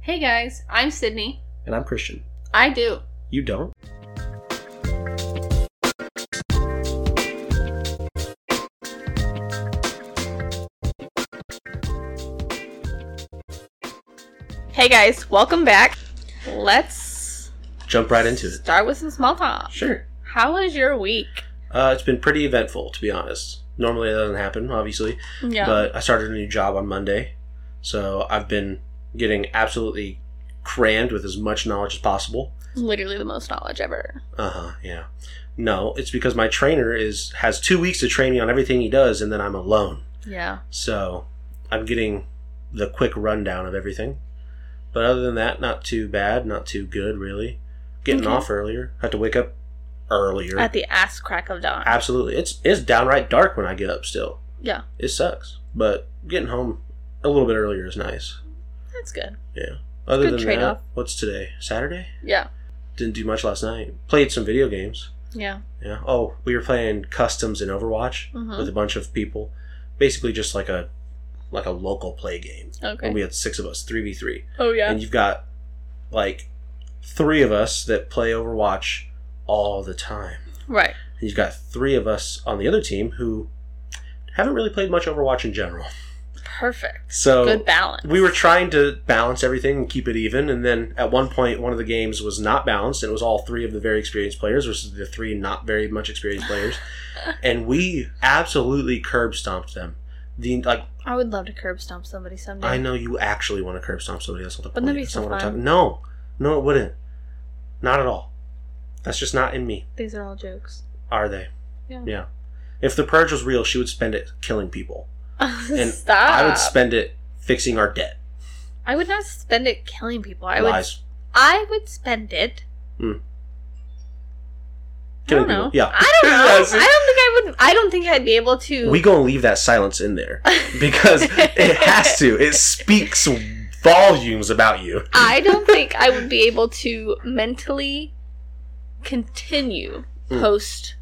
Hey guys, I'm Sydney. And I'm Christian. I do. You don't? Hey guys, welcome back. Let's Jump right into it. start with some small talk. Sure. How was your week? Uh, it's been pretty eventful, to be honest. Normally that doesn't happen, obviously. Yeah. But I started a new job on Monday. So I've been getting absolutely crammed with as much knowledge as possible. Literally the most knowledge ever. Uh huh. Yeah. No, it's because my trainer is has two weeks to train me on everything he does, and then I'm alone. Yeah. So I'm getting the quick rundown of everything. But other than that, not too bad, not too good, really. Getting Okay. off earlier. Had to wake up earlier. At the ass crack of dawn. Absolutely. It's it's downright dark when I get up still. Yeah. It sucks. But getting home a little bit earlier is nice. That's good. Yeah. Other Good than trade-off. that, what's today? Saturday? Yeah. Didn't do much last night. Played some video games. Yeah. Yeah. Oh, we were playing customs in Overwatch hmm with a bunch of people. Basically just like a like a local play game. Okay. And we had six of us, three v three. oh yeah. And you've got like three of us that play Overwatch all the time. Right. And you've got three of us on the other team who haven't really played much Overwatch in general. Perfect. So good balance. we were trying to balance everything and keep it even. And then at one point, one of the games was not balanced, and it was all three of the very experienced players versus the three not very much experienced players. and we absolutely curb stomped them. The like, I would love to curb stomp somebody someday. I know you actually want to curb stomp somebody else. Wouldn't Wouldn't that be so fun? No, no, it wouldn't. Not at all. That's just not in me. These are all jokes. Are they? Yeah. Yeah. If the purge was real, she would spend it killing people. Stop. I would spend it fixing our debt. I would not spend it killing people. I would Lies. I would spend it. Hmm. I don't Killing know. people. Yeah. I don't know. I don't Yes. think I would. I don't think I'd be able to. We gonna leave that silence in there because it has to. It speaks volumes about you. I don't think I would be able to mentally continue Hmm. post.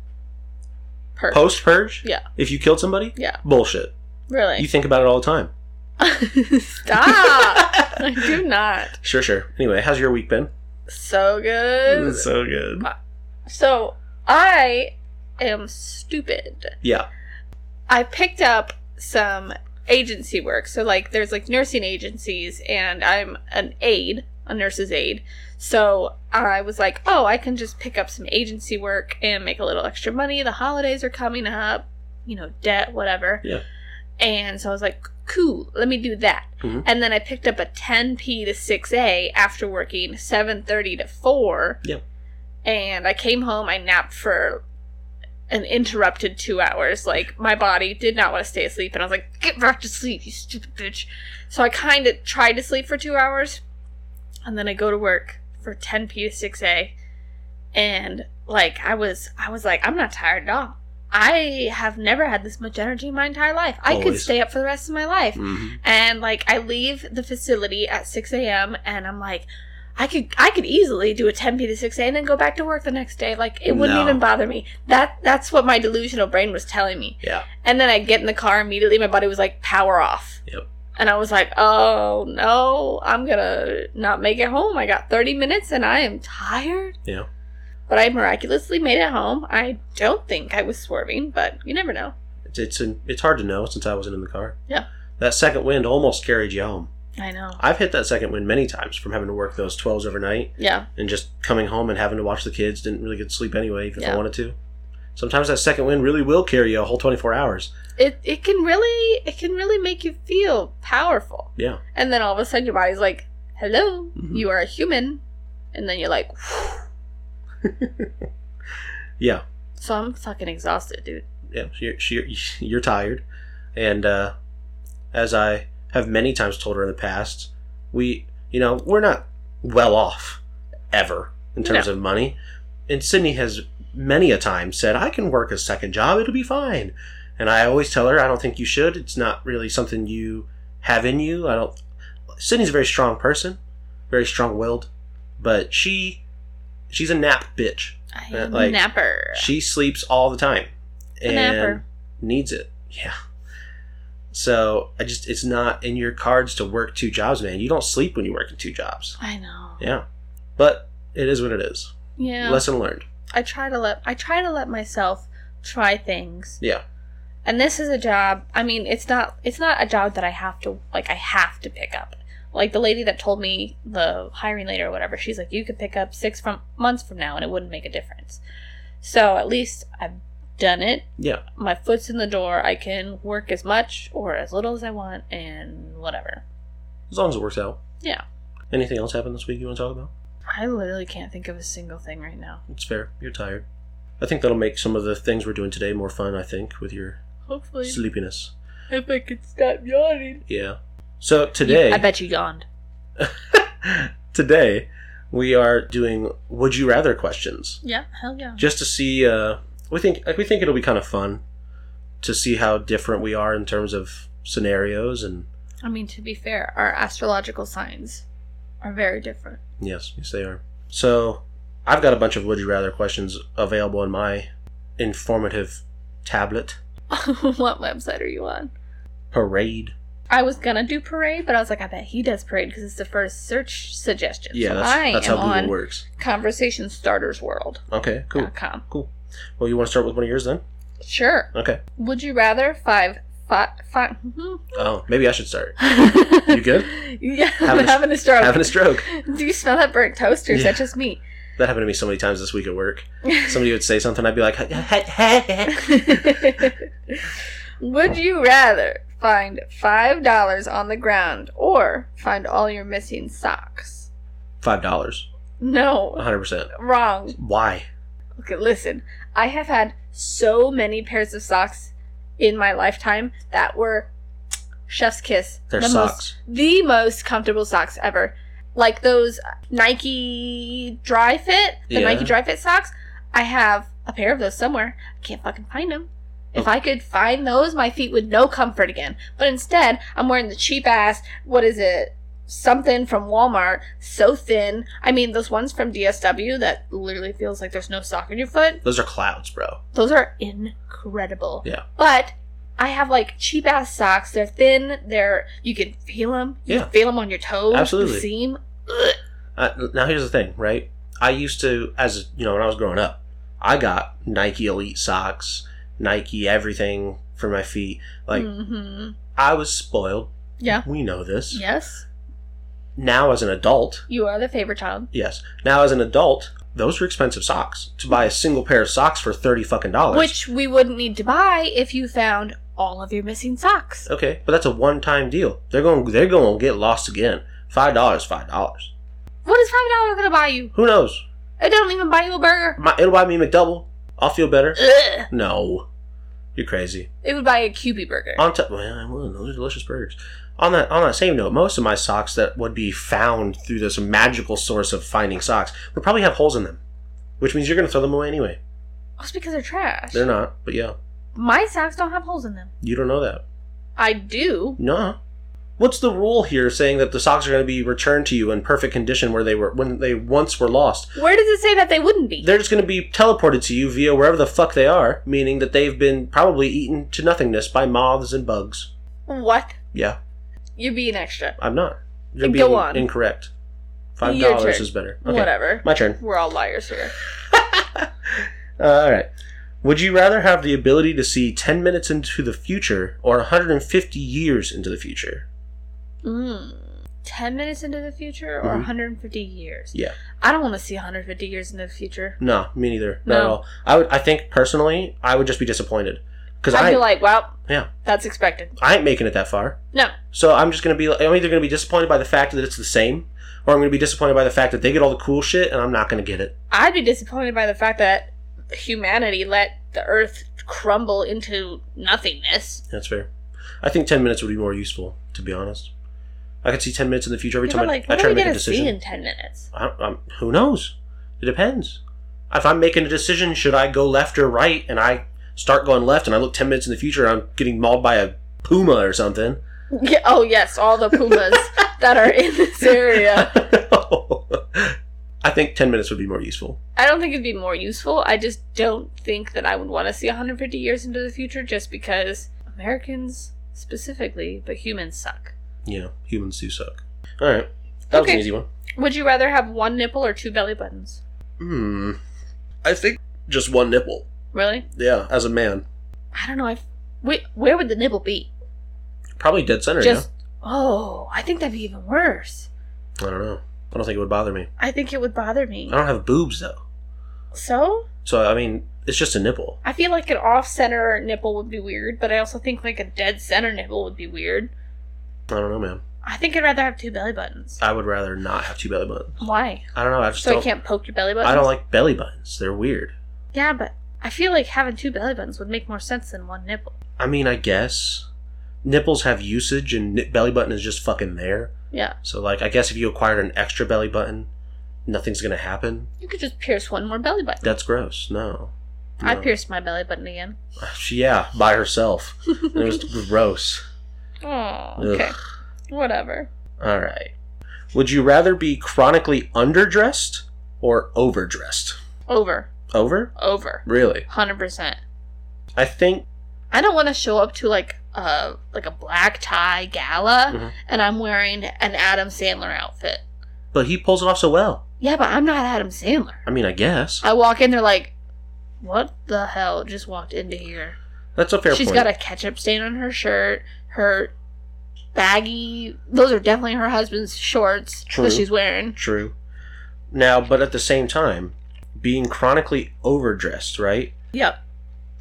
Per. Post purge. Yeah. If you killed somebody. Yeah. Bullshit. You Really. think about it all the time. Stop. I do not. Sure, sure. Anyway, how's your week been? So good. so good. So I am stupid. Yeah. I picked up some agency work. So like there's like nursing agencies and I'm an aide, a nurse's aide. So I was like, "Oh, I can just pick up some agency work and make a little extra money. The holidays are coming up, you know, debt, whatever." Yeah. And so I was like, "Cool, let me do that." Mhm. And then I picked up a 10p to 6a after working 7:30 to 4. Yeah. And I came home, I napped for an interrupted two hours. Like my body did not want to stay asleep, and I was like, "Get back to sleep, you stupid bitch." So I kind of tried to sleep for two hours, and then I go to work for 10 p to 6 a, and like I was, I was like, I'm not tired at all. I have never had this much energy in my entire life. I could Always. stay up for the rest of my life. Mm-hmm. And like I leave the facility at 6 a.m. and I'm like, I could I could easily do a 10 p to 6 a and then go back to work the next day. Like it wouldn't No. even bother me. That that's what my delusional brain was telling me. Yeah. And then I get in the car immediately. My body was like, power off. Yep. And I was like, oh no, I'm gonna not make it home. I got 30 minutes and I am tired. Yeah. But I miraculously made it home. I don't think I was swerving, but you never know. It's it's, it's hard to know since I wasn't in the car. Yeah. That second wind almost carried you home. I know. I've hit that second wind many times from having to work those 12s overnight Yeah. and just coming home and having to watch the kids. Didn't really get to sleep anyway if Yeah. I wanted to. Sometimes that second wind really will carry you a whole 24 hours. It it can really it can really make you feel powerful. Yeah. And then all of a sudden your body's like, hello, Mhm. you are a human. And then you're like, Yeah. so I'm fucking exhausted, dude. Yeah. So You're, so you're, you're tired. And uh, as I have many times told her in the past, we, you know, we're not well off ever in terms of money. And Sydney has many a time said, I can work a second job, it'll be fine. And I always tell her, I don't think you should. It's not really something you have in you. I don't. Sydney's a very strong person, very strong willed, but she, she's a nap bitch. I Yeah, am a like, napper. She sleeps all the time A napper. needs it. Yeah. So I just it's not in your cards to work two jobs, man. You don't sleep when you work in two jobs. I know. Yeah. But it is what it is. Yeah. Lesson learned. I try to let I try to let myself try things. Yeah. And this is a job. I mean, it's not it's not a job that I have to like I have to pick up. Like the lady that told me the hiring later or whatever, she's like, you could pick up six from months from now and it wouldn't make a difference. So at least I've done it. Yeah. My foot's in the door. I can work as much or as little as I want and whatever. As long as it works out. Yeah. Anything else happened this week you want to talk about? I literally can't think of a single thing right now. It's fair. You're tired. I think that'll make some of the things we're doing today more fun, I think, with your Hopefully, sleepiness. if I could stop yawning. Yeah. So today I bet you yawned. today we are doing would you rather questions. Yeah, hell yeah. just to see uh we think we think it'll be kind of fun to see how different we are in terms of scenarios and I mean, to be fair, our astrological signs are very different. yes yes they are so i've got a bunch of would you rather questions available in my informative tablet what website are you on? parade I was gonna do parade, but I was like, I bet he does parade because it's the first search suggestion. yeah so that's, I that's how am google on works conversationstartersworld.com. okay cool cool well you want to start with one of yours then Sure. okay Would you rather five five five? mhm. oh maybe i should start You good? Yeah, I'm Having a- having a stroke. having a stroke Do you smell that burnt toaster? Is Yeah. that just me? that happened to me so many times this week at work somebody would say something i'd be like Would you rather find five dollars on the ground or find all your missing socks? five dollars No, 100% wrong. why Okay, listen. I have had so many pairs of socks in my lifetime that were chef's kiss. they're the socks Most, the most comfortable socks ever. Like those Nike Dry Fit, the Yeah. Nike Dry Fit socks. I have a pair of those somewhere. I can't fucking find them. If I could find those, my feet would know comfort again. But instead, I'm wearing the cheap ass, what is it? Something from Walmart, so thin. I mean, those ones from DSW that literally feels like there's no sock in your foot. Those are clouds, bro. Those are incredible. Yeah. But I have like cheap ass socks. They're thin. They're you can feel them. You Yeah. can feel them on your toes. Absolutely. The seam. Uh, now here's the thing, right? I used to, as you know, when I was growing up, I got Nike Elite socks, Nike everything for my feet. Like hmm I was spoiled. Yeah. We know this. Yes. Now as an adult, You are the favorite child. yes. Now as an adult, those are expensive socks. To buy a single pair of socks for thirty fucking dollars. Which we wouldn't need to buy if you found all of your missing socks. okay, but that's a one-time deal. They're going. They're going to get lost again. Five dollars. Five dollars. What is five dollars gonna buy you? Who knows? It don't even buy you a burger. My, it'll buy me a McDouble. I'll feel better. Ugh. No, you're crazy. It would buy a QB burger. On top, well, I will, those are delicious burgers. On that, on that same note, most of my socks that would be found through this magical source of finding socks would probably have holes in them, which means you're going to throw them away anyway. That's because they're trash. They're not, but yeah, My socks don't have holes in them. you don't know that. I do. No. What's the rule here saying that the socks are going to be returned to you in perfect condition where they were when they once were lost? Where does it say that they wouldn't be? They're just going to be teleported to you via wherever the fuck they are, meaning that they've been probably eaten to nothingness by moths and bugs. what? Yeah, You're being extra. I'm not. You're Go being on. incorrect. Five Your dollars turn. is better. Okay. Whatever. My turn. Uh, We're all liars here. All right. Would you rather have the ability to see 10 minutes into the future or 150 years into the future? Mm. 10 minutes into the future or Mhm. 150 years? Yeah. I don't want to see 150 years into the future. No, me neither. Not at No. all. I would. I think personally, I would just be disappointed because I'd I be like, well, Yeah. that's expected. I ain't making it that far. No. So I'm just gonna be. I'm either gonna be disappointed by the fact that it's the same, or I'm gonna be disappointed by the fact that they get all the cool shit and I'm not gonna get it. I'd be disappointed by the fact that humanity let the earth crumble into nothingness. That's fair. I think 10 minutes would be more useful, to be honest. I could see 10 minutes in the future every Yeah, time but, I, like, I what are try we to make a going to see decision. in 10 minutes? I, I'm, who knows? It depends. If I'm making a decision, should I go left or right, and I start going left, and I look 10 minutes in the future, and I'm getting mauled by a puma or something. Yeah, oh, yes, all the pumas that are in this area. I think 10 minutes would be more useful. I don't think it'd be more useful. I just don't think that I would want to see 150 years into the future just because Americans specifically, but humans suck. Yeah, humans do suck. All right, that was an Okay. easy one. Would you rather have one nipple or two belly buttons? Hmm. I think just one nipple. Really? Yeah, as a man, I don't know. I've, wait, where would the nipple be? probably dead center. Just oh, I think that'd be even worse. yeah. I don't know. I don't think it would bother me. I think it would bother me. I don't have boobs though, So so I mean, it's just a nipple. I feel like an off-center nipple would be weird, but I also think like a dead center nipple would be weird. I don't know, man. I think I'd rather have two belly buttons. I would rather not have two belly buttons. Why? I don't know. I just So you don't. can't poke your belly button. I don't like belly buttons. They're weird. Yeah, but I feel like having two belly buttons would make more sense than one nipple. I mean, I guess nipples have usage, and ni- belly button is just fucking there. Yeah, So like, I guess if you acquired an extra belly button, nothing's gonna happen. you could just pierce one more belly button. That's gross. No. I No. pierced my belly button again. Yeah, by herself. it was gross. Oh, okay. Ugh. Whatever. All right. Would you rather be chronically underdressed or overdressed? Over. Over? Over. Really? Hundred percent. I think I don't want to show up to like a like a black tie gala Mhm. and I'm wearing an Adam Sandler outfit. but he pulls it off so well. Yeah, but I'm not Adam Sandler. I mean, I guess. I walk in, they're like, "What the hell just walked into here?" That's a fair She's point. got a ketchup stain on her shirt. Her baggy. Those are definitely her husband's shorts True. that she's wearing. True. Now, but at the same time, being chronically overdressed, right? Yep.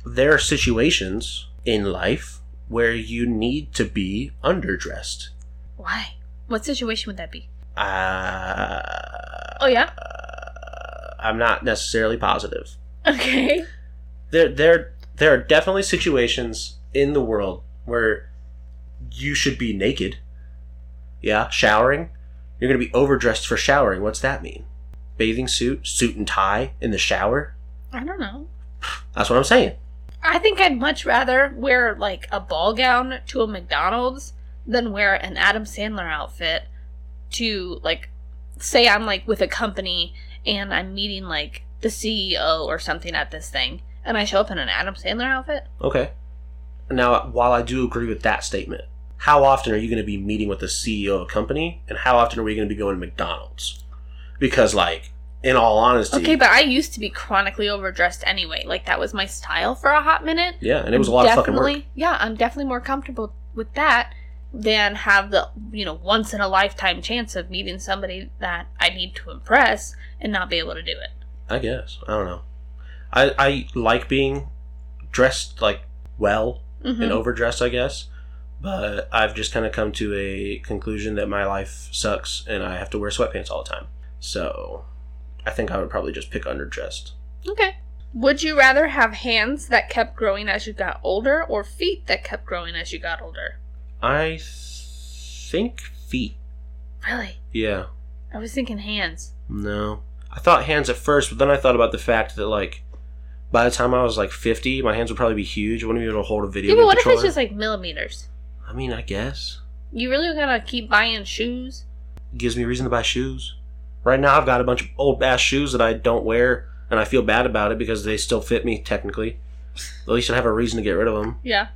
There are situations in life where you need to be underdressed. Why? What situation would that be? Uh, Oh yeah. I'm not necessarily positive. Okay. there there there are definitely situations in the world where you should be naked. Yeah, showering. You're gonna be overdressed for showering. What's that mean? Bathing suit, suit and tie in the shower. I don't know. That's what I'm saying. I think I'd much rather wear like a ball gown to a McDonald's than wear an Adam Sandler outfit to like say I'm like with a company and I'm meeting like the CEO or something at this thing and I show up in an Adam Sandler outfit. Okay. Now, while I do agree with that statement, how often are you going to be meeting with the CEO of a company, and how often are we going to be going to McDonald's? Because, like, in all honesty, Okay, but I used to be chronically overdressed anyway. Like that was my style for a hot minute. yeah, and it was a lot of fucking work. Definitely- Yeah, I'm definitely more comfortable with that than have the you know once in a lifetime chance of meeting somebody that I need to impress and not be able to do it. I guess. I don't know. I I like being dressed like well Mhm. and overdressed, I guess. But I've just kind of come to a conclusion that my life sucks and I have to wear sweatpants all the time. So I think I would probably just pick underdressed. Okay. Would you rather have hands that kept growing as you got older or feet that kept growing as you got older? I th- think feet. Really? Yeah. I was thinking hands. No. I thought hands at first, but then I thought about the fact that like by the time I was like 50, my hands would probably be huge. I wouldn't be able to hold a video Yeah, but game what if it's controller. just like millimeters? I mean, I guess. You really gotta keep buying shoes? gives me reason to buy shoes. Right now, I've got a bunch of old ass shoes that I don't wear, and I feel bad about it because they still fit me technically. At least I have a reason to get rid of them. Yeah.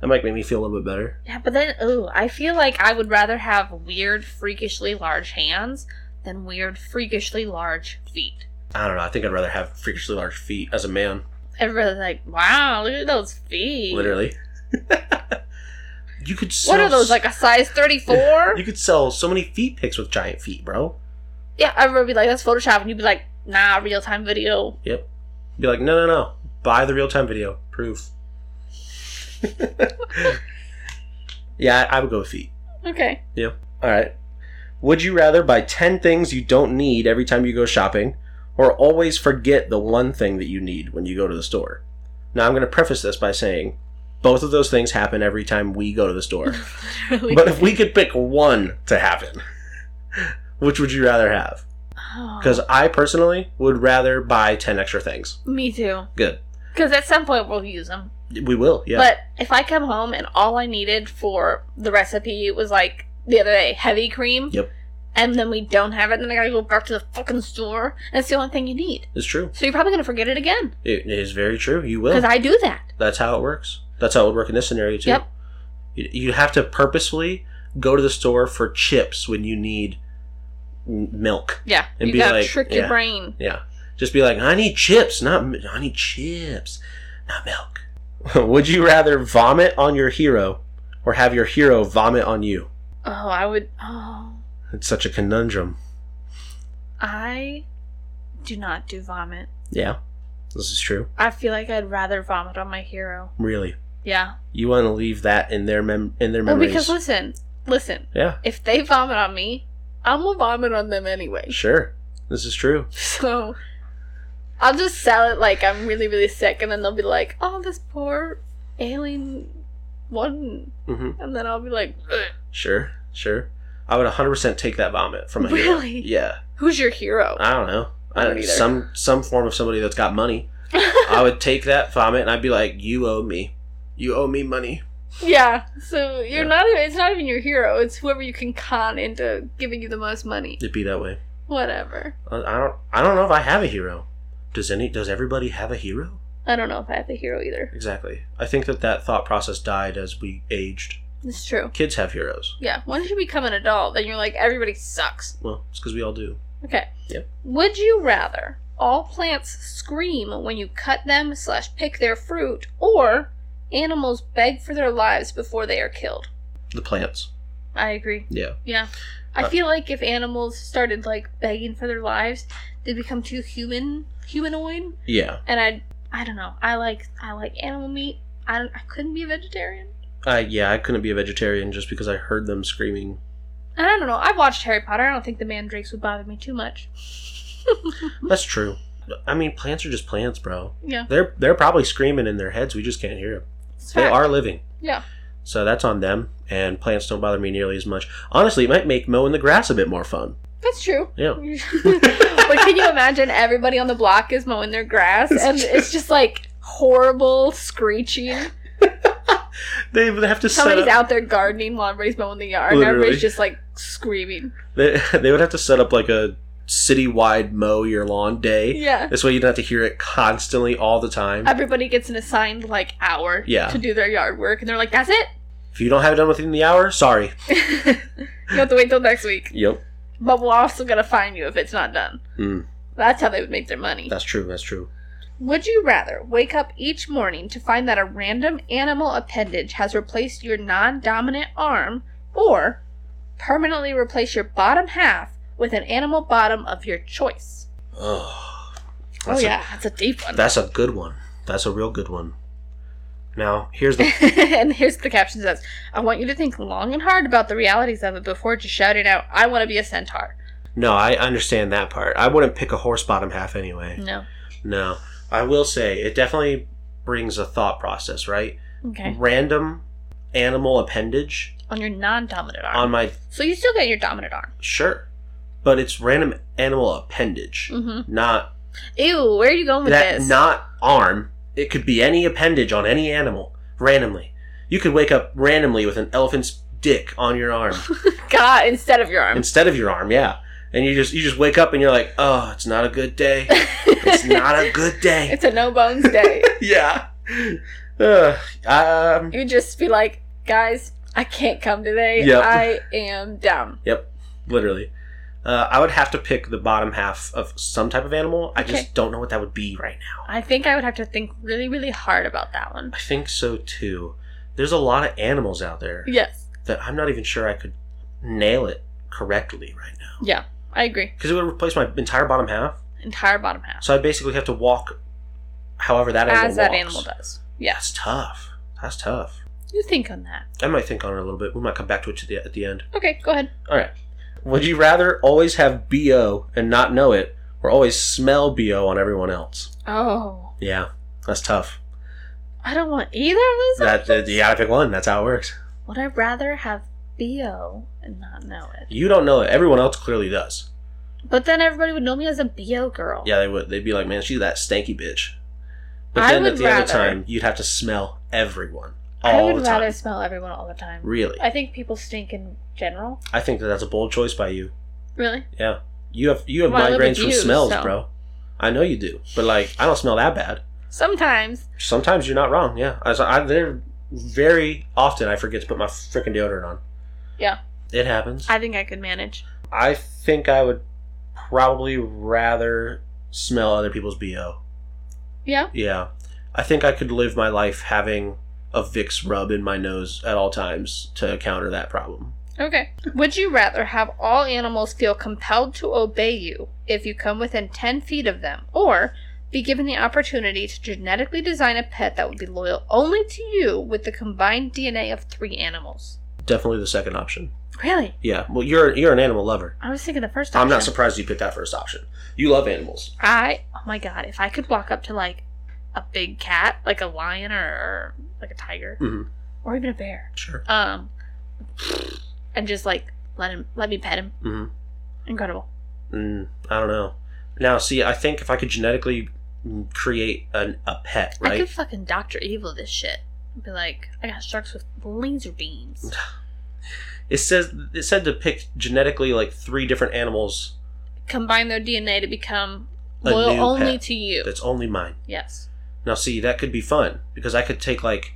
That might make me feel a little bit better. Yeah, but then, oh, I feel like I would rather have weird, freakishly large hands than weird, freakishly large feet. I don't know. I think I'd rather have freakishly large feet as a man, Everybody's like, wow, look at those feet. literally. you could. Sell, What are those, like a size 34? You could sell so many feet pics with giant feet, bro. yeah, everybody would be like, that's Photoshop. And you'd be like, nah, real time video. Yep. Be like, no, no, no. Buy the real time video proof. yeah, I I would go with feet. Okay. All right. Would you rather buy 10 things you don't need every time you go shopping or always forget the one thing that you need when you go to the store? Now, I'm going to preface this by saying both of those things happen every time we go to the store. Really? but if we could pick one to happen, which would you rather have? Oh, Because I personally would rather buy 10 extra things. me too. Good. Because at some point we'll use them. We will, yeah. But if I come home and all I needed for the recipe was like the other day, heavy cream. Yep. And then we don't have it, then I gotta go back to the fucking store. And it's the only thing you need. it's true. So you're probably gonna forget it again. It is very true. You Because will. I do that. That's how it works. That's how it would work in this scenario, too. Yep. You, you have to purposefully go to the store for chips when you need m- milk. Yeah, And you be gotta like- trick yeah. your brain. Yeah. Just be like, I need chips, not m- I need chips, not milk. Would you rather vomit on your hero or have your hero vomit on you? Oh, I would. Oh, It's such a conundrum. I do not do vomit. Yeah. This is true. I feel like I'd rather vomit on my hero. Really. Yeah. You want to leave that in their mem- in their Well, memories. because listen, listen. yeah, If they vomit on me, I'm gonna vomit on them anyway. sure. This is true. So I'll just sell it like I'm really, really sick, and then they'll be like, "Oh, this poor alien one," hmm and then I'll be like, "Ugh, Sure, sure. I would 100% take that vomit from a hero. "Really? Yeah. Who's your hero?" I don't know. I I don't either. some some form of somebody that's got money. I would take that vomit and I'd be like, "You owe me. You owe me money." yeah. So you're Yeah. not. Even, it's not even your hero. It's whoever you can con into giving you the most money. It'd be that way. Whatever. I I don't I don't know if I have a hero. Does any does everybody have a hero? I don't know if I have a hero either. Exactly. I think that that thought process died as we aged. It's true. Kids have heroes. Yeah. Once you become an adult, then you're like everybody sucks. Well, it's because we all do. Okay. Yep. Would you rather all plants scream when you cut them slash pick their fruit, or animals beg for their lives before they are killed? The plants. I agree. Yeah. Yeah. I Uh, feel like if animals started like begging for their lives, they become too human humanoid. Yeah. And I I don't know. I like I like animal meat. I don't, I couldn't be a vegetarian. Uh, yeah, I couldn't be a vegetarian just because I heard them screaming. And I don't know. I've watched Harry Potter. I don't think the mandrakes would bother me too much. That's true. I mean, plants are just plants, bro. yeah. They're they're probably screaming in their heads. We just can't hear them. It's They fact. are living. Yeah. So that's on them. And plants don't bother me nearly as much. Honestly, it might make mowing the grass a bit more fun. That's true. Yeah. but can you imagine everybody on the block is mowing their grass and it's just like horrible screeching. They would have to Somebody's set up, out there gardening while everybody's mowing the yard. and Literally. Everybody's just like screaming. They, they would have to set up like a citywide mow your lawn day. Yeah. This way you don't have to hear it constantly all the time. Everybody gets an assigned like hour Yeah. to do their yard work and they're like, That's If you don't have it done within the hour, sorry. it. you have to wait till next week. Yep. But we're also gonna find you if it's not done. Mm. That's how they would make their money. That's true. That's true. Would you rather wake up each morning to find that a random animal appendage has replaced your non dominant arm, or permanently replace your bottom half with an animal bottom of your choice? Oh, oh, that's a- yeah, that's a deep one. That's a good one. That's a real good one. Now, here's the and here's the caption says I want you to think long and hard about the realities of it before just shouting out, I want to be a centaur. No, I understand that part. I wouldn't pick a horse bottom half anyway. No. No. I will say it definitely brings a thought process, right? Okay. Random animal appendage On your non dominant arm. on my so you still got your dominant arm. sure. But it's random animal appendage. Mm-hmm. Not Ew, where are you going with that this? not arm. It could be any appendage on any animal randomly. You could wake up randomly with an elephant's dick on your arm. God, instead of your arm. instead of your arm, yeah. And you just you just wake up and you're like, oh, it's not a good day. It's not a good day. It's a no bones day. yeah. Ugh. um. you just be like, guys, I can't come today. Yep. I am dumb. Yep. Literally. Uh, I would have to pick the bottom half of some type of animal. I Okay. just don't know what that would be right now. I think I would have to think really, really hard about that one. I think so too. There's a lot of animals out there Yes. that I'm not even sure I could nail it correctly right now Yeah, I agree. because it would replace my entire bottom half. Entire bottom half. So I basically have to walk, however that animal as that walks. animal does. Yeah. That's tough. That's tough. You think on that. I might think on it a little bit. We might come back to it to the, at the end. Okay, go ahead. All right. Would you rather always have BO and not know it, or always smell BO on everyone else? Oh. Yeah, that's tough. I don't want either of those. That, that- options. you gotta pick one. That's how it works. Would I rather have BO and not know it? You don't know it. Everyone else clearly does. But then everybody would know me as a BO girl. Yeah, they would. They'd be like, "Man, she's that stanky bitch." But I then would at the other rather- time, you'd have to smell everyone I all would the time. rather smell everyone all the time. Really, I think people stink in general. I think that that's a bold choice by you. Really? Yeah, you have you have Well, I live migraines with from you, smells, so- bro. I know you do, but like, I don't smell that bad. Sometimes. Sometimes you're not wrong. Yeah, I, I there very often I forget to put my freaking deodorant on. Yeah. It happens. I think I could manage. I think I would probably rather smell other people's BO. Yeah. Yeah. I think I could live my life having a Vicks rub in my nose at all times to counter that problem. Okay. Would you rather have all animals feel compelled to obey you if you come within 10 feet of them, or be given the opportunity to genetically design a pet that would be loyal only to you with the combined DNA of three animals? Definitely the second option. Really? Yeah. Well, you're you're an animal lover. I was thinking the first I'm not option. surprised you picked that first option. You love animals. I oh my god, if I could walk up to like a big cat, like a lion or, or like a tiger, Mhm. or even a bear, Sure. um, and just like let him let me pet him, Mhm. incredible. Mm, I don't know. Now, see, I think if I could genetically mm, create an, a pet, I right? could fucking Doctor Evil this shit. I'd be like, I got sharks with laser beams. It says it said to pick genetically like three different animals Combine their DNA to become A new loyal only pet. to you. that's only mine. yes. Now, see, that could be fun because I could take like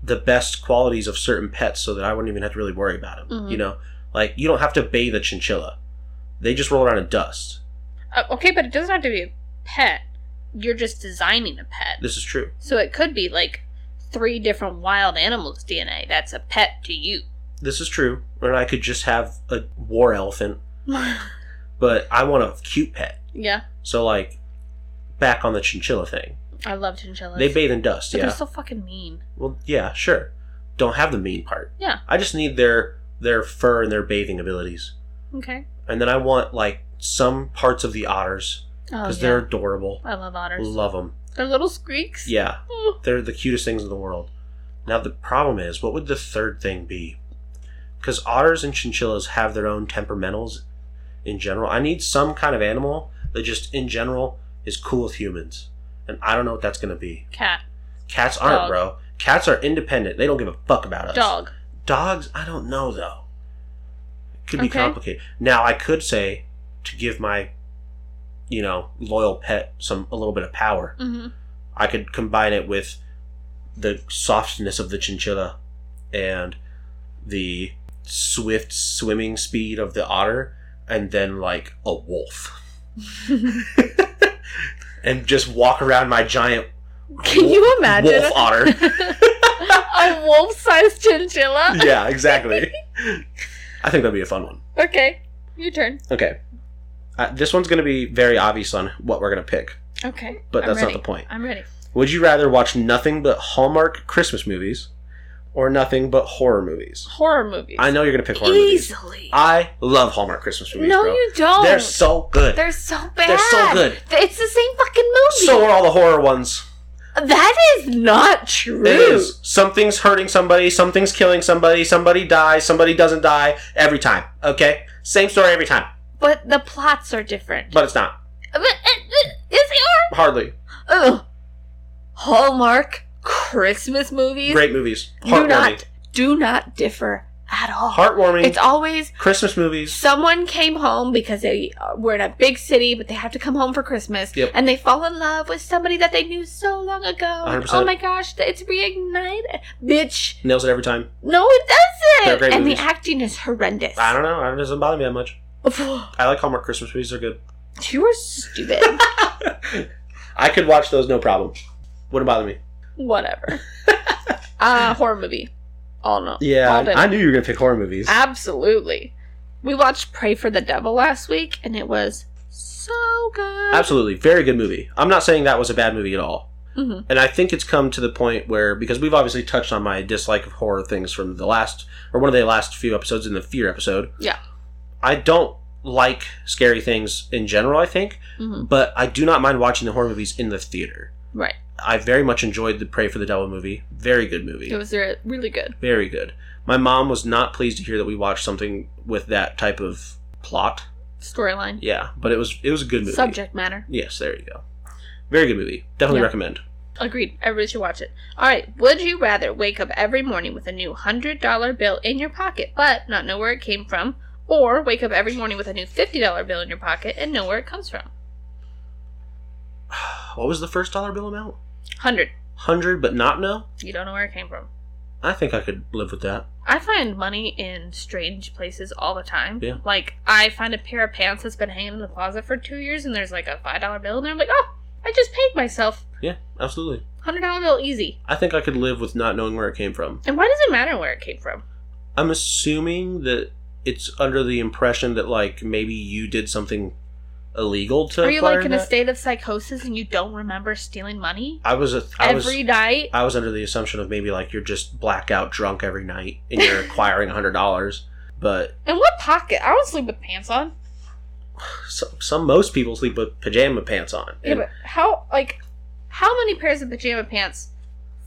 the best qualities of certain pets so that I wouldn't even have to really worry about them. Mhm. You know, like you don't have to bathe a chinchilla; they just roll around in dust. Uh, okay, but it doesn't have to be a pet. You're just designing a pet. This is true. So it could be like three different wild animals' DNA that's a pet to you. This is true. And I could just have a war elephant, but I want a cute pet. yeah, So, like, back on the chinchilla thing. I love chinchillas. They bathe in but dust, they're yeah. so fucking mean. Well, yeah, sure. Don't have the mean part. Yeah. I just need their their fur and their bathing abilities, Okay. and then I want like some parts of the otters Oh yeah. because they're adorable. I love otters. Love them. they're little squeaks. Yeah, Oh, they're the cutest things in the world. Now the problem is, what would the third thing be? Because otters and chinchillas have their own temperamentals in general. I need some kind of animal that just in general is cool with humans, and I don't know what that's gonna be. cat, Cats aren't, Dog. bro. Cats are independent. They don't give a fuck about us. dog. Dogs, I don't know though. Could be Okay. complicated. Now I could say to give my, you know, loyal pet some a little bit of power. hmm I could combine it with the softness of the chinchilla and the swift swimming speed of the otter, and then like a wolf, and just walk around my giant Can you imagine wolf otter. a wolf-sized chinchilla? yeah, exactly. I think that'd be a fun one. Okay, your turn. Okay. Uh, this one's going to be very obvious on what we're going to pick, Okay, but I'm that's ready. not the point. I'm ready. Would you rather watch nothing but Hallmark Christmas movies or nothing but horror movies? Horror movies. I know you're going to pick horror movies. Easily. I love Hallmark Christmas movies, no, bro. you don't. They're so good. They're so bad. They're so good. It's the same fucking movie. So are all the horror ones. That is not true. It is. Something's hurting somebody, something's killing somebody, somebody dies, somebody doesn't die, every time. Okay? Same story every time. But the plots are different. But it's not. But, uh, uh, yes, they Hardly. are. Ugh. Hallmark Christmas movies Great movies. do Heartwarming. not do not differ at all. Heartwarming. It's always Christmas movies. someone came home because they uh, were in a big city, but they have to come home for Christmas, Yep. and they fall in love with somebody that they knew so long ago. And, 100%. Oh my gosh, it's reignited, bitch. Nails it every time. No, it They're doesn't. great And movies. the acting is horrendous. I don't know. It doesn't bother me that much. I like Hallmark Christmas movies. They're good. you are stupid. I could watch those no problem. Wouldn't bother me. Whatever. uh, horror movie. All no. Yeah, All day. I, I knew you were gonna pick horror movies. Absolutely. We watched Pray for the Devil last week, and it was so good. Absolutely, very good movie. I'm not saying that was a bad movie at all. Mhm. And I think it's come to the point where because we've obviously touched on my dislike of horror things from the last or one of the last few episodes in the fear episode. Yeah. I don't like scary things in general. I think, Mhm. but I do not mind watching the horror movies in the theater. Right. I very much enjoyed the Pray for the Devil movie. Very good movie. It was re- really good. Very good. My mom was not pleased to hear that we watched something with that type of plot. Storyline. Yeah, but it was it was a good movie. Subject matter. Yes, there you go. Very good movie. Definitely Yeah. recommend. Agreed. Everybody should watch it. All right. Would you rather wake up every morning with a new $100 bill in your pocket, but not know where it came from, or wake up every morning with a new $50 bill in your pocket and know where it comes from? What was the first dollar bill amount? 100. Hundred, but not no. You don't know where it came from. I think I could live with that. I find money in strange places all the time. Yeah. Like I find a pair of pants that's been hanging in the closet for two years, and there's like a five dollar bill, and I'm like, oh, I just paid myself Yeah, absolutely. hundred dollar bill easy. I think I could live with not knowing where it came from. And why does it matter where it came from? I'm assuming that it's under the impression that like maybe you did something illegal to. Are you like acquire in a that. state of psychosis and you don't remember stealing money I was. A, I was. every night? I was under the assumption of maybe like you're just blackout drunk every night and you're acquiring hundred dollars, but And what pocket? I don't sleep with pants on. some, some most people sleep with pajama pants on. Yeah, but how like how many pairs of pajama pants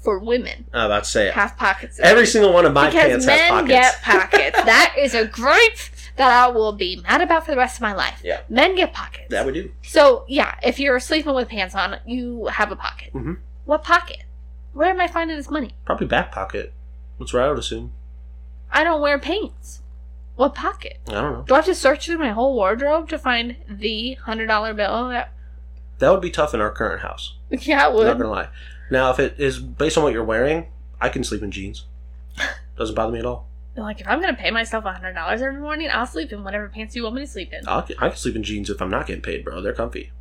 for women I'm about to say have pockets? in every them? single one of my because pants men has pockets. get pockets. that is a group that I will be mad about for the rest of my life. Yeah. men get pockets. that we do. so yeah, if you're sleeping with pants on, you have a pocket. Mhm. What pocket? Where am I finding this money? Probably back pocket. That's what I would assume. I don't wear pants. What pocket? I don't know. Do I have to search through my whole wardrobe to find the hundred dollar bill? That That would be tough in our current house. yeah, I Not would. gonna lie. Now, if it is based on what you're wearing, I can sleep in jeans. Doesn't bother me at all. Like if I'm gonna pay myself hundred dollars every morning, I'll sleep in whatever pants you want me to sleep in. I'll, I can sleep in jeans if I'm not getting paid, bro. They're comfy.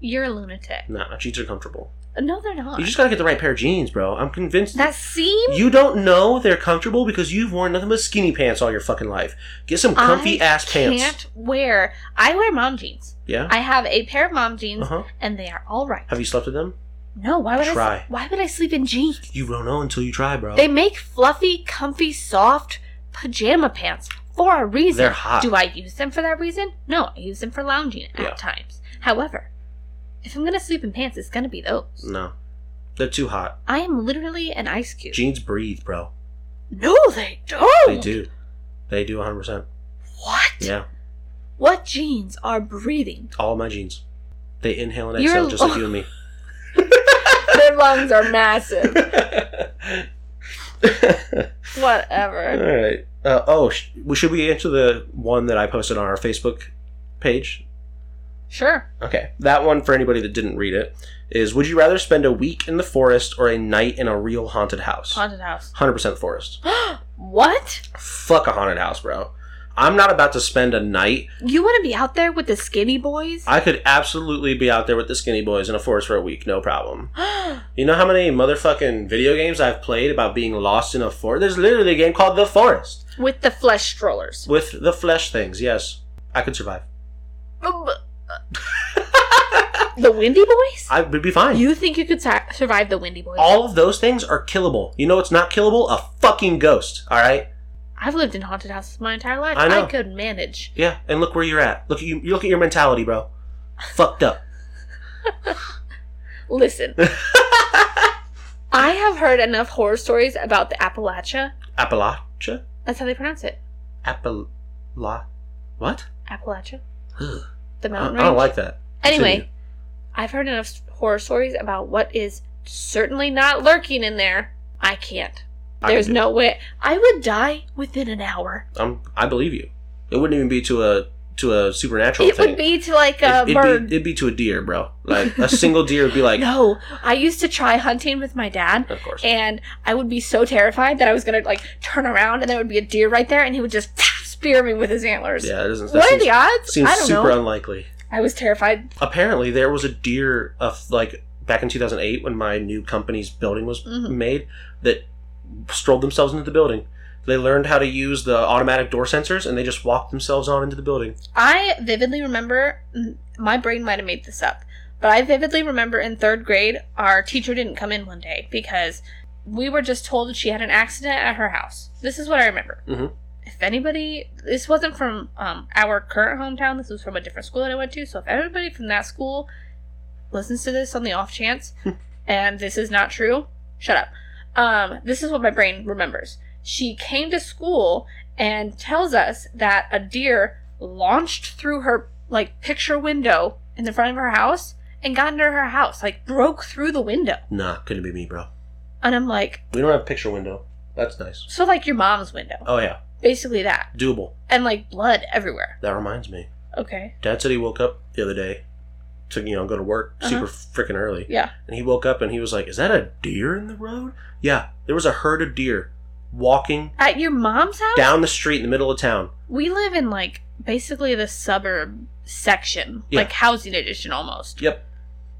You're a lunatic. Nah, my jeans are comfortable. No, they're not. You just gotta get the right pair of jeans, bro. I'm convinced. that seam. you don't know they're comfortable because you've worn nothing but skinny pants all your fucking life. Get some comfy I ass pants. Can't wear. I wear mom jeans. Yeah. I have a pair of mom Uh jeans, huh. and they are all right. Have you slept with them? No, why would I? Try. s- Why would I sleep in jeans? You don't know until you try, bro. They make fluffy, comfy, soft pajama pants for a reason. They're hot. Do I use them for that reason? No, I use them for lounging Yeah. at times. However, if I'm gonna sleep in pants, it's gonna be those. no, they're too hot. I am literally an ice cube. Jeans breathe, bro. no, they don't. They do. They do 100. percent What? Yeah. What jeans are breathing? All my jeans. They inhale and You're- exhale just like you and me. Their lungs are massive. Whatever. All right. Uh, oh, sh- well, should we answer the one that I posted on our Facebook page? Sure. Okay. That one, for anybody that didn't read it, is Would you rather spend a week in the forest or a night in a real haunted house? Haunted house. 100% forest. what? Fuck a haunted house, bro. I'm not about to spend a night. You want to be out there with the skinny boys? I could absolutely be out there with the skinny boys in a forest for a week, no problem. You know how many motherfucking video games I've played about being lost in a forest? There's literally a game called The Forest with the flesh strollers. with the flesh things. Yes, I could survive. Um, uh, the Windy Boys? I would be fine. You think you could sa- survive the Windy Boys? All of those things are killable. You know what's not killable? A fucking ghost. All right. I've lived in haunted houses my entire life. I know. could manage. Yeah. And look where you're at. Look at you. you Look at your mentality, bro. Fucked up. Listen. I have heard enough horror stories about the Appalachia. Appalachia. That's how they pronounce it. Appala. What? Appalachia. Ugh. The I, I mountain range. don't like that. Anyway, Continue. I've heard enough s- horror stories about what is certainly not lurking in there. I can't. I There's could do no way. I would die within an hour. it. Um, I believe you. It wouldn't even be to a to a supernatural it thing. would be to like It- a it'd, bird. Be, it'd be to a deer, bro. Like a single deer would be like, no, I used to try hunting with my dad, of course. and I would be so terrified that I was gonna like turn around and there would be a deer right there, and he would just spear me with his antlers. yeah, it doesn't. That What are seems, the odds? seems I don't super know. unlikely. I was terrified. Apparently, there was a deer of like back in 2008 when my new company's building was Mhm. made that strolled themselves into the building. They learned how to use the automatic door sensors and they just walked themselves on into the building. I vividly remember, m- my brain might have made this up, but I vividly remember in third grade, our teacher didn't come in one day because we were just told that she had an accident at her house. This is what I remember. Mhm. If anybody, this wasn't from um, our current hometown, this was from a different school that I went to, so if anybody from that school listens to this on the off chance and this is not true, shut up. Um, this is what my brain remembers. She came to school and tells us that a deer launched through her like picture window in the front of her house and got into her house, like broke through the window. Nah, couldn't be me, bro. And I'm like, We don't have a picture window. That's nice. so like your mom's window, Oh yeah, basically that, doable. and like blood everywhere. That reminds me. Okay, Dad said he woke up the other day to you know go to work super freaking early. Uh-huh. yeah. And he woke up and he was like, "Is that a deer in the road?" Yeah, there was a herd of deer walking At your mom's house? down the street in the middle of town. We live in like basically the suburb section, Yeah. like housing edition almost. Yep.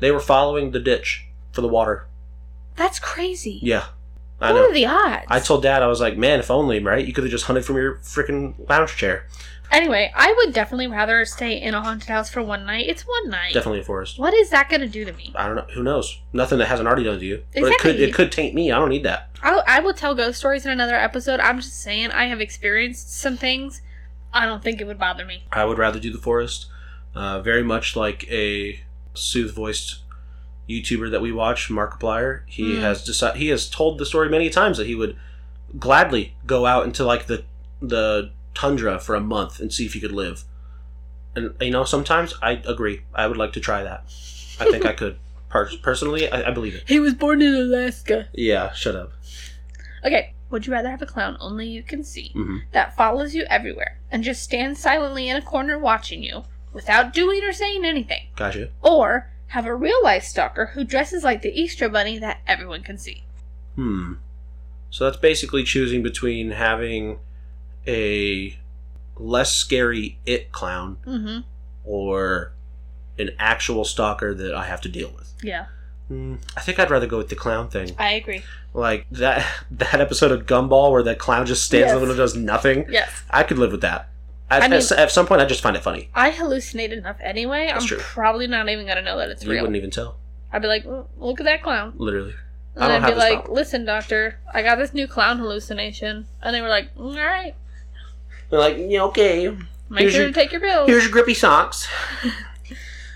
They were following the ditch for the water. That's crazy. Yeah. I what know. are the odds? I told dad, I was like, man, if only, right? You could have just hunted from your freaking lounge chair. anyway, I would definitely rather stay in a haunted house for one night. It's one night. Definitely a forest. What is that going to do to me? I don't know. Who knows? Nothing that hasn't already done to you. But it could Exactly. it could taint me. I don't need that. I, I will tell ghost stories in another episode. I'm just saying, I have experienced some things. I don't think it would bother me. I would rather do the forest. Uh, very much like a sooth voiced YouTuber that we watch, Markiplier. He Mm. has decided he has told the story many times that he would gladly go out into like the the tundra for a month and see if he could live. And you know, sometimes I agree. I would like to try that. I think I could. Per- personally, I, I believe it. He was born in Alaska. Yeah, shut up. Okay. Would you rather have a clown only you can see Mhm. that follows you everywhere and just stands silently in a corner watching you without doing or saying anything? Gotcha. Or have a real life stalker who dresses like the Easter bunny that everyone can see? Hmm. So that's basically choosing between having a less scary it clown Mm or an actual stalker that I have to deal with. hmm. Yeah. Hmm. I think I'd rather go with the clown thing. I agree. Like that that episode of Gumball where the clown just stands in Yes. the middle and does nothing. Yes. I could live with that. At, I mean- at, s- at some point, I just find it funny. I hallucinate enough anyway. That's I'm true. probably not even going to know that it's You real. wouldn't e- even tell, I'd be like, "Mm, look at that clown. literally. And I don't I'd have be this like, problem. listen, doctor, I got this new clown hallucination. And they were like, "Mm, all right, They're like, yeah, okay. make Here's sure your- to take your pills. Here's your grippy socks.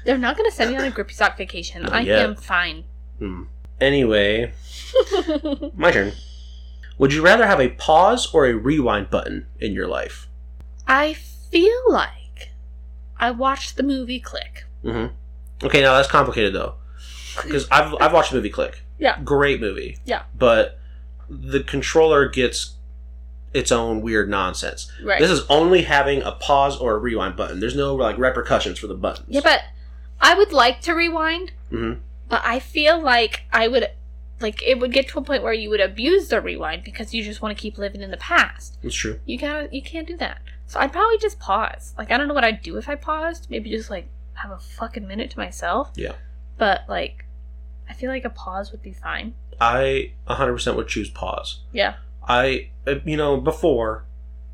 They're not going to send me on a grippy sock vacation. Not I yet. am fine. Hmm. Anyway, My turn. Would you rather have a pause or a rewind button in your life? I feel like I watched the movie Click. hmm Okay, now that's complicated though, because I've I've watched the movie Click. Yeah. Great movie. Yeah. But the controller gets its own weird nonsense. Right. This is only having a pause or a rewind button. There's no like repercussions for the buttons. yeah, but I would like to rewind, Mhm. but I feel like I would, like, it would get to a point where you would abuse the rewind because you just want to keep living in the past. it's true. you gotta you can't do that so i'd probably just pause like i don't know what i'd do if i paused maybe just like have a fucking minute to myself Yeah. but like i feel like a pause would be fine I 100% would choose pause. yeah I, uh, you know, before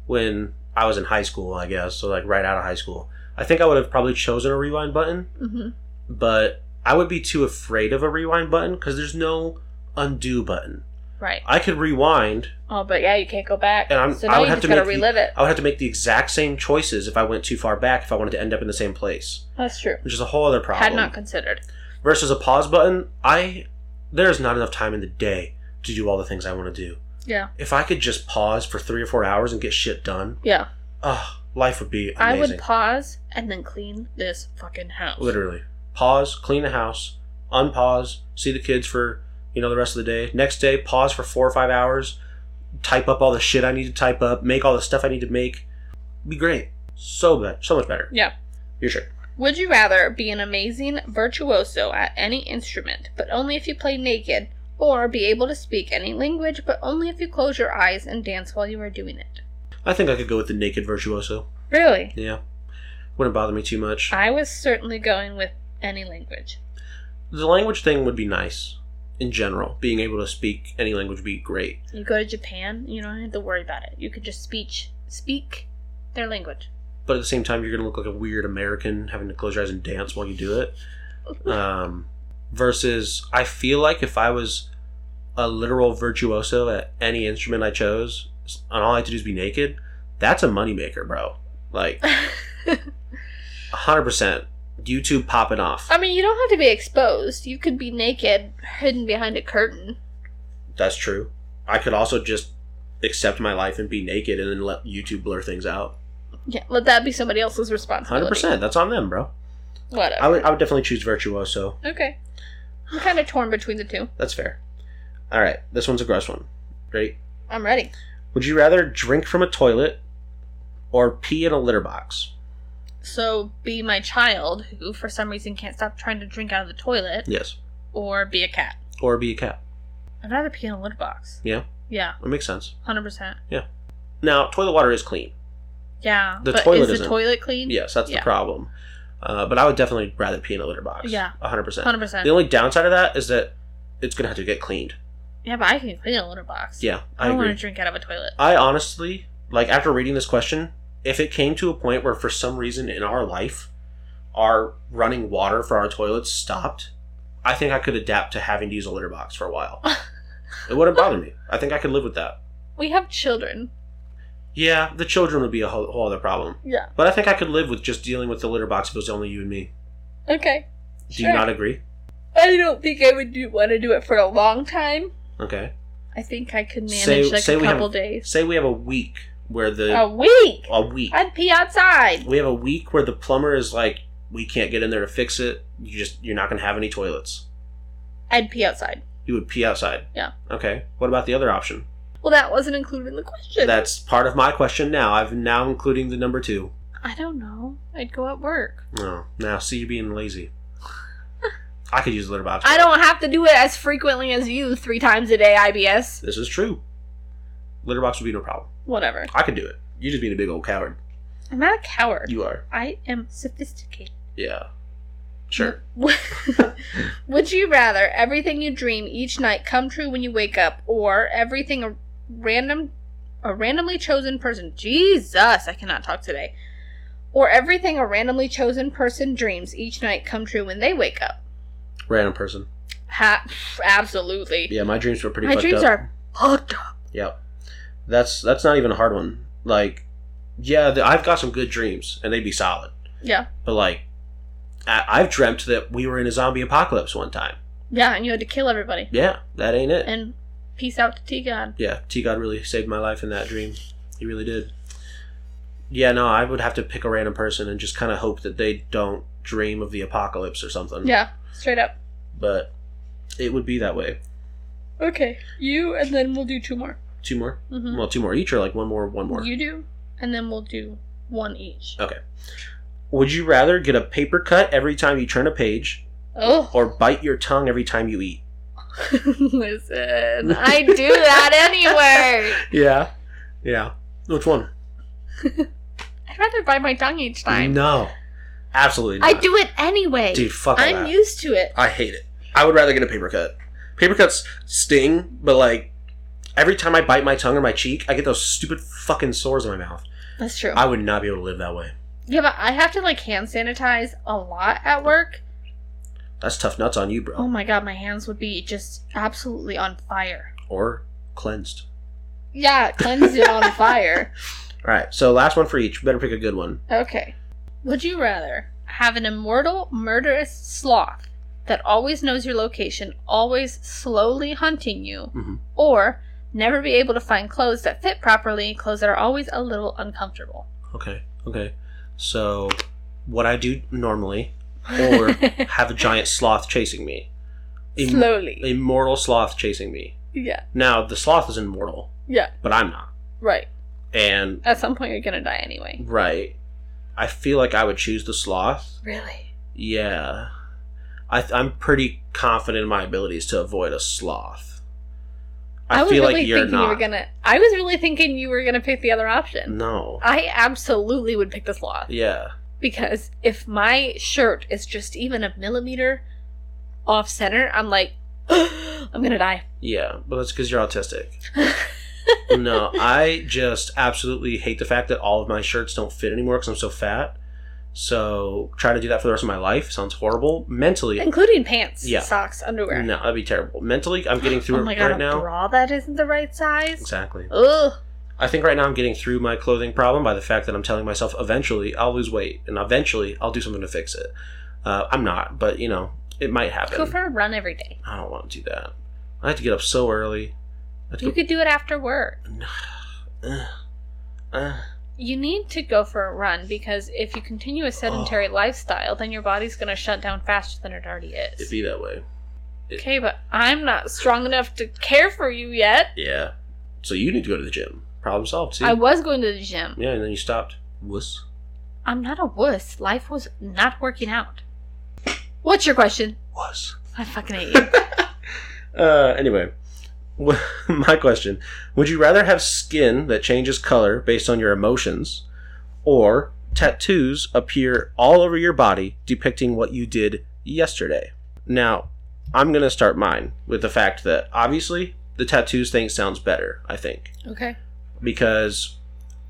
when I was in high school, I guess, so like right out of high school, I think I would have probably chosen a rewind button, mm-hmm. but I would be too afraid of a rewind button because there's no undo button. right I could rewind. oh but yeah you can't go back And I'm- so I now would you have just to gotta make the- relive it I would have to make the exact same choices if I went too far back if I wanted to end up in the same place, that's true which is a whole other problem. had not considered Versus a pause button, I there's not enough time in the day to do all the things I want to do. yeah If I could just pause for three or four hours and get shit done, yeah oh, life would be amazing. i would pause and then clean this fucking house Literally. Pause, clean the house, unpause, see the kids for, you know, the rest of the day. Next day, pause for four or five hours, type up all the shit I need to type up, make all the stuff I need to make. Be great. So much, so much better. yeah You're sure. Would you rather be an amazing virtuoso at any instrument, but only if you play naked, or be able to speak any language, but only if you close your eyes and dance while you are doing it? I think I could go with the naked virtuoso. Really? Yeah. Wouldn't bother me too much. I was certainly going with any language. The language thing would be nice in general. Being able to speak any language would be great. You go to Japan, you don't have to worry about it. You could just speech speak their language. But at the same time, you're going to look like a weird American having to close your eyes and dance while you do it. um, versus I feel like if I was a literal virtuoso at any instrument I chose, and all I had to do is be naked, that's a moneymaker, bro. Like, 100%. YouTube popping off. I mean, you don't have to be exposed. You could be naked, hidden behind a curtain. That's true. I could also just accept my life and be naked and then let YouTube blur things out. Yeah, let that be somebody else's responsibility. 100%. That's on them, bro. Whatever. I would, I would definitely choose virtuoso. okay. I'm kind of torn between the two. That's fair. All right. This one's a gross one. Great. I'm ready. Would you rather drink from a toilet or pee in a litter box? So be my child, who for some reason can't stop trying to drink out of the toilet, Yes. or be a cat. Or be a cat. I'd rather pee in a litter box. Yeah. Yeah, It makes sense. hundred percent. Now, toilet water is clean. Yeah, The but toilet is the isn't. toilet clean? Yes, that's Mm-hmm. Yeah. the problem. Uh, but I would definitely rather pee in a litter box. Yeah. 100%. hundred The percent. only downside of that is that it's going to have to get cleaned. Yeah, but I can clean a litter box. Yeah, I I, don't want agree. to drink out of a toilet. I honestly, like, after reading this question, if it came to a point where for some reason in our life our running water for our toilets stopped, I think I could adapt to having to use a litter box for a while. it wouldn't bother me. I think I could live with that. We have children. Yeah, the children would be a whole, whole other problem. Yeah. But I think I could live with just dealing with the litter box if it was only you and me. Okay. Do Sure. you not agree? I don't think I would do want to do it for a long time. Okay. I think I could manage Say- like say a we have- couple days. Say we have a week where the A week. a week I'd pee outside. we have a week where the plumber is like, we can't get in there to fix it. You just you're not gonna have any toilets. I'd pee outside. You would pee outside. Yeah. Okay. What about the other option? Well, that wasn't included in the question. That's part of my question now. I'm now including the number two. I don't know. I'd go at work. Oh, now see you being lazy. I could use the litter box. I don't have to do it as frequently as you three times a day, IBS. This is true. Litter box would be no problem. Whatever. I could do it. You just being a big old coward. I'm not a coward. You are. I am sophisticated. Yeah. Sure. Would you rather everything you dream each night come true when you wake up, or everything a random, a randomly chosen person? Jesus, I cannot talk today. Or everything a randomly chosen person dreams each night come true when they wake up. Random person. Ha- absolutely. Yeah, my dreams were pretty. My fucked dreams up. are fucked up. Yep. That's that's not even a hard one. Like, yeah, the, I've got some good dreams, and they'd be solid. Yeah, But like, I, I've dreamt that we were in a zombie apocalypse one time. yeah, and you had to kill everybody. Yeah, that ain't it. And peace out to T God. yeah, T God really saved my life in that dream. He really did. Yeah, no, I would have to pick a random person and just kind of hope that they don't dream of the apocalypse or something. Yeah, straight up. But it would be that way. Okay, you and then we'll do two more. Two more? Mm-hmm. Well, two more each, or like one more, one more. You do, and then we'll do one each. Would you rather get a paper cut every time you turn a page Oh, or bite your tongue every time you eat. listen, I do that anyway. Yeah. Yeah. Which one? I'd rather bite my tongue each time. No. Absolutely I not. do it anyway. Dude, fuck all I'm that. used to it. I hate it. I would rather get a paper cut. Paper cuts sting, but like every time I bite my tongue or my cheek, I get those stupid fucking sores in my mouth. That's true. I would not be able to live that way. yeah, but I have to like hand sanitize a lot at work. That's tough nuts on you, Oh bro. my god, my hands would be just absolutely on fire. Or cleansed. Yeah, cleanse it on fire. All right, so last one for each. Better pick a good one. Okay. Would you rather have an immortal, murderous sloth that always knows your location, always slowly hunting you, Mhm. or never be able to find clothes that fit properly, clothes that are always a little uncomfortable? Okay, okay. So, what I do normally, or have a giant sloth chasing me. Im- slowly. immortal sloth chasing me. Yeah, Now, the sloth is immortal, yeah, but I'm not. right. And, At some point, you're gonna die anyway. right, I feel like I would choose the sloth. Really? Yeah. I th- I'm pretty confident in my abilities to avoid a sloth. I, was feel really like you're thinking you not. Mm. were gonna. I was really thinking you were gonna pick the other option. No. I absolutely would pick the sloth. Yeah. because if my shirt is just even a millimeter off center, I'm like, I'm gonna die. Yeah. But that's because you're autistic. no, I just absolutely hate the fact that all of my shirts don't fit anymore because I'm so fat. So trying to do that for the rest of my life sounds horrible. Mentally, Including pants, Yeah. socks, underwear. no, that'd be terrible. Mentally, I'm getting through oh my it god, right a now. bra that isn't the right size. Exactly. Ugh. I think right now I'm getting through my clothing problem by the fact that I'm telling myself eventually I'll lose weight and eventually I'll do something to fix it. Uh, I'm not, but you know, it might happen. Go for a run every day. I don't want to do that. I have to get up so early. I have to You could do it after work. go, Ugh. Ugh. You need to go for a run because if you continue a sedentary lifestyle, then your body's gonna shut down faster than it already it'd is. be that way. Okay, but I'm not strong enough to care for you yet. Yeah. So you need to go to the gym. Problem solved. See? I was going to the gym. yeah, and then you stopped. Wuss. I'm not a wuss. Life was not working out. What's your question? Wuss. I fucking hate you. Uh, anyway, My question Would you rather have skin that changes color based on your emotions or tattoos appear all over your body depicting what you did yesterday? Now, I'm going to start mine with the fact that obviously the tattoos thing sounds better, I think. Okay. Because,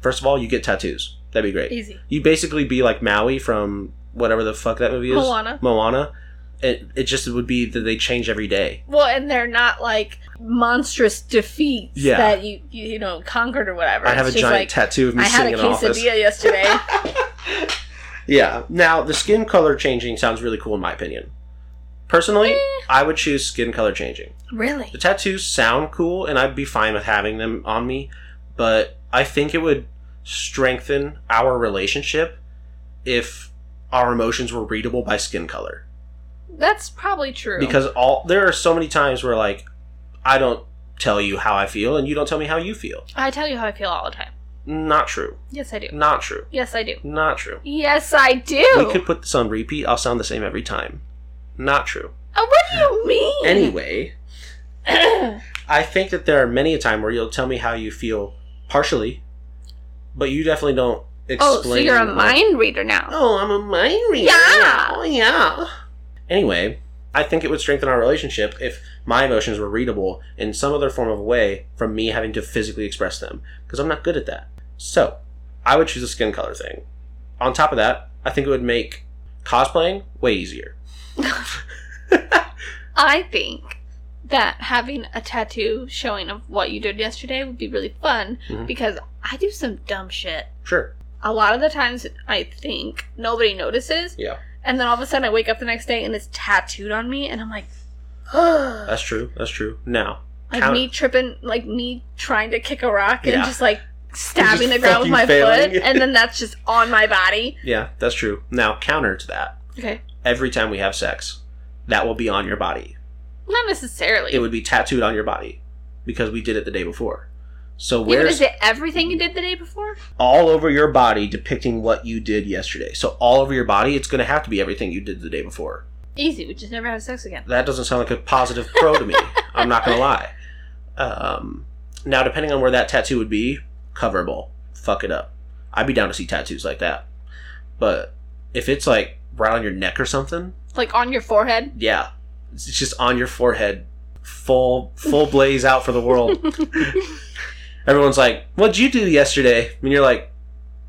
first of all, you get tattoos. That'd be great. Easy. you basically be like Maui from whatever the fuck that movie is. Moana. Moana. It, it just would be that they change every day. Well, and they're not like monstrous defeats Yeah. that you, you you know conquered or whatever. I have a It's just giant like, tattoo of me I had sitting a in office. quesadilla yesterday. Yeah. Now the skin color changing sounds really cool in my opinion. Personally, Eh. I would choose skin color changing. really? The tattoos sound cool, and I'd be fine with having them on me, but I think it would strengthen our relationship if our emotions were readable by skin color. That's probably true. because all there are so many times where like I don't tell you how I feel and you don't tell me how you feel. I tell you how I feel all the time. Not true. Yes, I do. Not true. Yes, I do. Not true. Yes, I Mm. We do. could put this on repeat. I'll sound the same every time. Not true. oh, what do you mean? Anyway, I think that there are many a time where you'll tell me how you feel partially, but you definitely don't explain. oh, so you're a or- mind reader now. Oh, I'm a mind reader. Yeah. Oh, yeah. Anyway, I think it would strengthen our relationship if my emotions were readable in some other form of way from me having to physically express them, because I'm not good at that. So, I would choose the skin color thing. On top of that, I think it would make cosplaying way easier. I think that having a tattoo showing of what you did yesterday would be really fun Mhm. because I do some dumb shit. Sure. A lot of the times, I think nobody notices, Yeah. and then all of a sudden, I wake up the next day and it's tattooed on me, and I'm like, That's true. That's true. Now, like count- me tripping, like me trying to kick a rock and Yeah. just like stabbing Just the ground fucking with my failing. foot, and then that's just on my body. yeah, that's true. Now, counter to that, Okay, every time we have sex, that will be on your body. not necessarily. it would be tattooed on your body because we did it the day before. So Yeah, but is where's it everything you did the day before? all over your body depicting what you did yesterday? So all over your body, it's going to have to be everything you did the day before. Easy, we just never have sex again. That doesn't sound like a positive pro to me. I'm not going to lie. Um, now, depending on where that tattoo would be, coverable. Fuck it up. I'd be down to see tattoos like that. But if it's like right on your neck or something, Like on your forehead. yeah, it's just on your forehead, full full blaze out for the world. everyone's like, "What'd you do yesterday?" And you're like,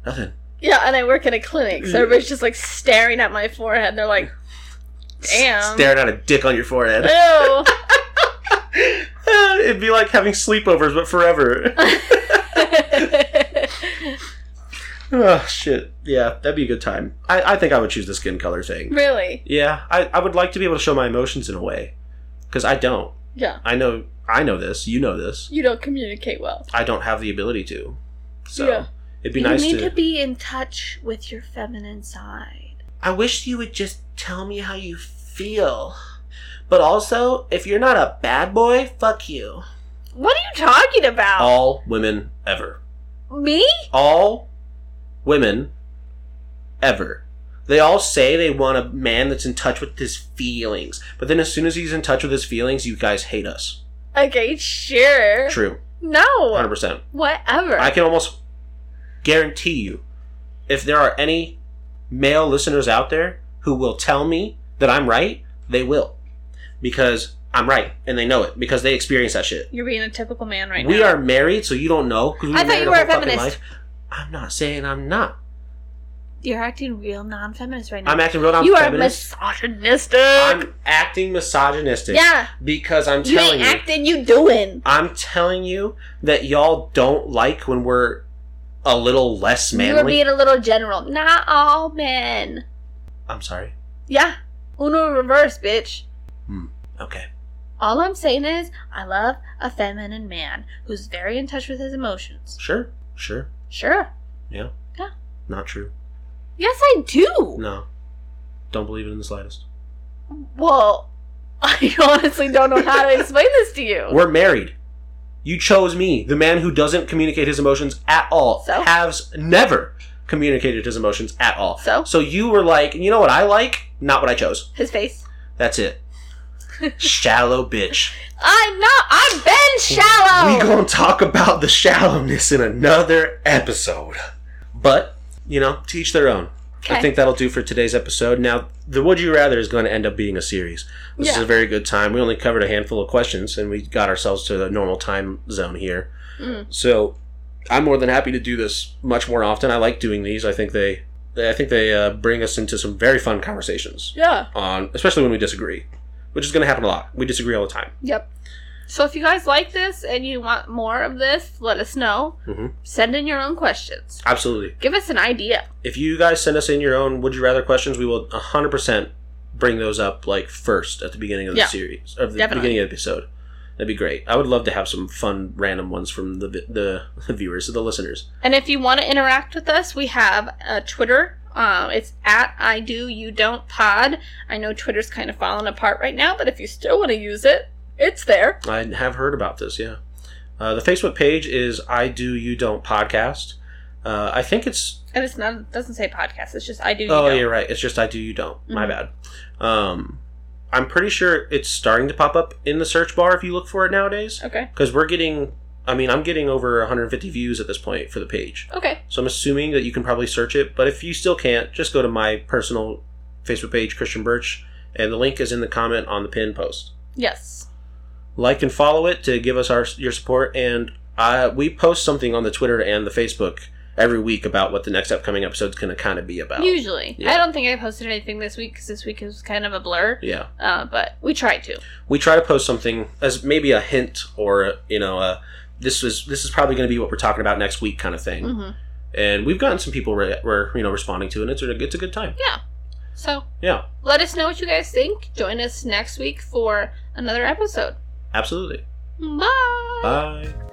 "Nothing." Yeah, and I work in a clinic, Mm. so everybody's just like staring at my forehead. They're like, Damn. Staring at a dick on your forehead. "Ew." Ah, It'd be like having sleepovers, but forever. oh shit. Yeah, that'd be a good time. I, I think I would choose the skin color thing. really? Yeah, I, I would like to be able to show my emotions in a way, because I don't. Yeah. I know I know this. You know this. You don't communicate well. I don't have the ability to. So Yeah. it'd be you nice need to. to be in touch with your feminine side. I wish you would just tell me how you feel. But also, if you're not a bad boy, fuck you. What are you talking about? all women ever. Oh. Me? All women ever. They all say they want a man that's in touch with his feelings, but then as soon as he's in touch with his feelings, you guys hate us. Okay, sure. True, hundred No. percent. Whatever. I can almost guarantee you, if there are any male listeners out there who will tell me that I'm right, they will, because I'm right, and they know it because they experience that shit. You're being a typical man right we now. are married, so you don't know. 'cause we've I thought been you married were a our whole fucking feminist. life. I'm not saying I'm not. You're acting real non-feminist right now. I'm acting real non you are feminist. misogynistic. I'm acting misogynistic. yeah. Because I'm You telling ain't you, acting, you doing. I'm telling you that y'all don't like when we're a little less You were manly. being a little general. Not all men. I'm sorry. Yeah. Uno reverse, bitch. Okay. All I'm saying is, I love a feminine man who's very in touch with his emotions. Sure. Sure. Sure. Yeah. Yeah. Not true. Yes, I do. No. Don't believe it in the slightest. Well, I honestly don't know how to explain this to you. We're married. You chose me, the man who doesn't communicate his emotions at all, So? has never communicated his emotions at all. So? So you were like, you know what I like? Not what I chose. His face. That's it. shallow bitch. I'm not. I've been shallow. We gonna talk about the shallowness in another episode. But, you know, to each their own. I Okay. think that'll do for today's episode. Now, the Would You Rather is going to end up being a series. This is Yeah. a very good time. We only covered a handful of questions and we got ourselves to the normal time zone here. Mm. So, I'm more than happy to do this much more often. I like doing these. I think they, they I think they uh, bring us into some very fun conversations Yeah. on, especially when we disagree, which is going to happen a lot. We disagree all the time. Yep. So if you guys like this and you want more of this, let us know. Mhm. Send in your own questions. Absolutely. Give us an idea. if you guys send us in your own would you rather questions, we will 100% bring those up like first at the beginning of the Yeah. series of the Definitely. beginning of the episode. That'd be great. I would love to have some fun random ones from the vi- the, the viewers, the listeners. And if you want to interact with us, we have a Twitter. Um, it's at I do you don't pod. I know Twitter's kind of falling apart right now, but if you still want to use it, it's there. I have heard about this, yeah. Uh, the Facebook page is I do you don't podcast. Uh, I think it's And it's not it doesn't say podcast. It's just I do you oh don't. you're right. It's just I do you don't. My Mhm. bad. Um, I'm pretty sure it's starting to pop up in the search bar if you look for it nowadays. Okay. because we're getting i mean i'm getting over 150 views at this point for the page Okay. so i'm assuming that you can probably search it but if you still can't just go to my personal facebook page christian birch and the link is in the comment on the pin post Yes. like and follow it to give us our your support and uh, we post something on the twitter and the facebook every week about what the next upcoming episode's going to kind of be about Usually. Yeah. I don't think I posted anything this week because this week was kind of a blur. yeah Uh, but we tried to. we try to post something as maybe a hint or you know uh, this is this is probably going to be what we're talking about next week kind of thing hmm and we've gotten some people re- were you know responding to it. And it's a it's a good time. So Yeah, let us know what you guys think. Join us next week for another episode. absolutely. Bye. Bye.